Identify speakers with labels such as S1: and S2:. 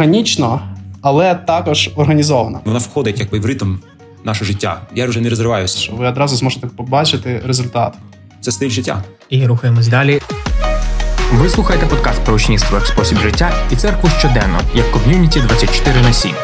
S1: органічно, але також організовано.
S2: Вона входить якби в ритм наше життя. Я вже не розриваюся.
S1: Що ви одразу зможете побачити результат.
S2: Це стиль життя.
S3: І рухаємось далі.
S4: Ви слухаєте подкаст про учнівство як спосіб життя і церкву щоденно як ком'юніті 24 на 7.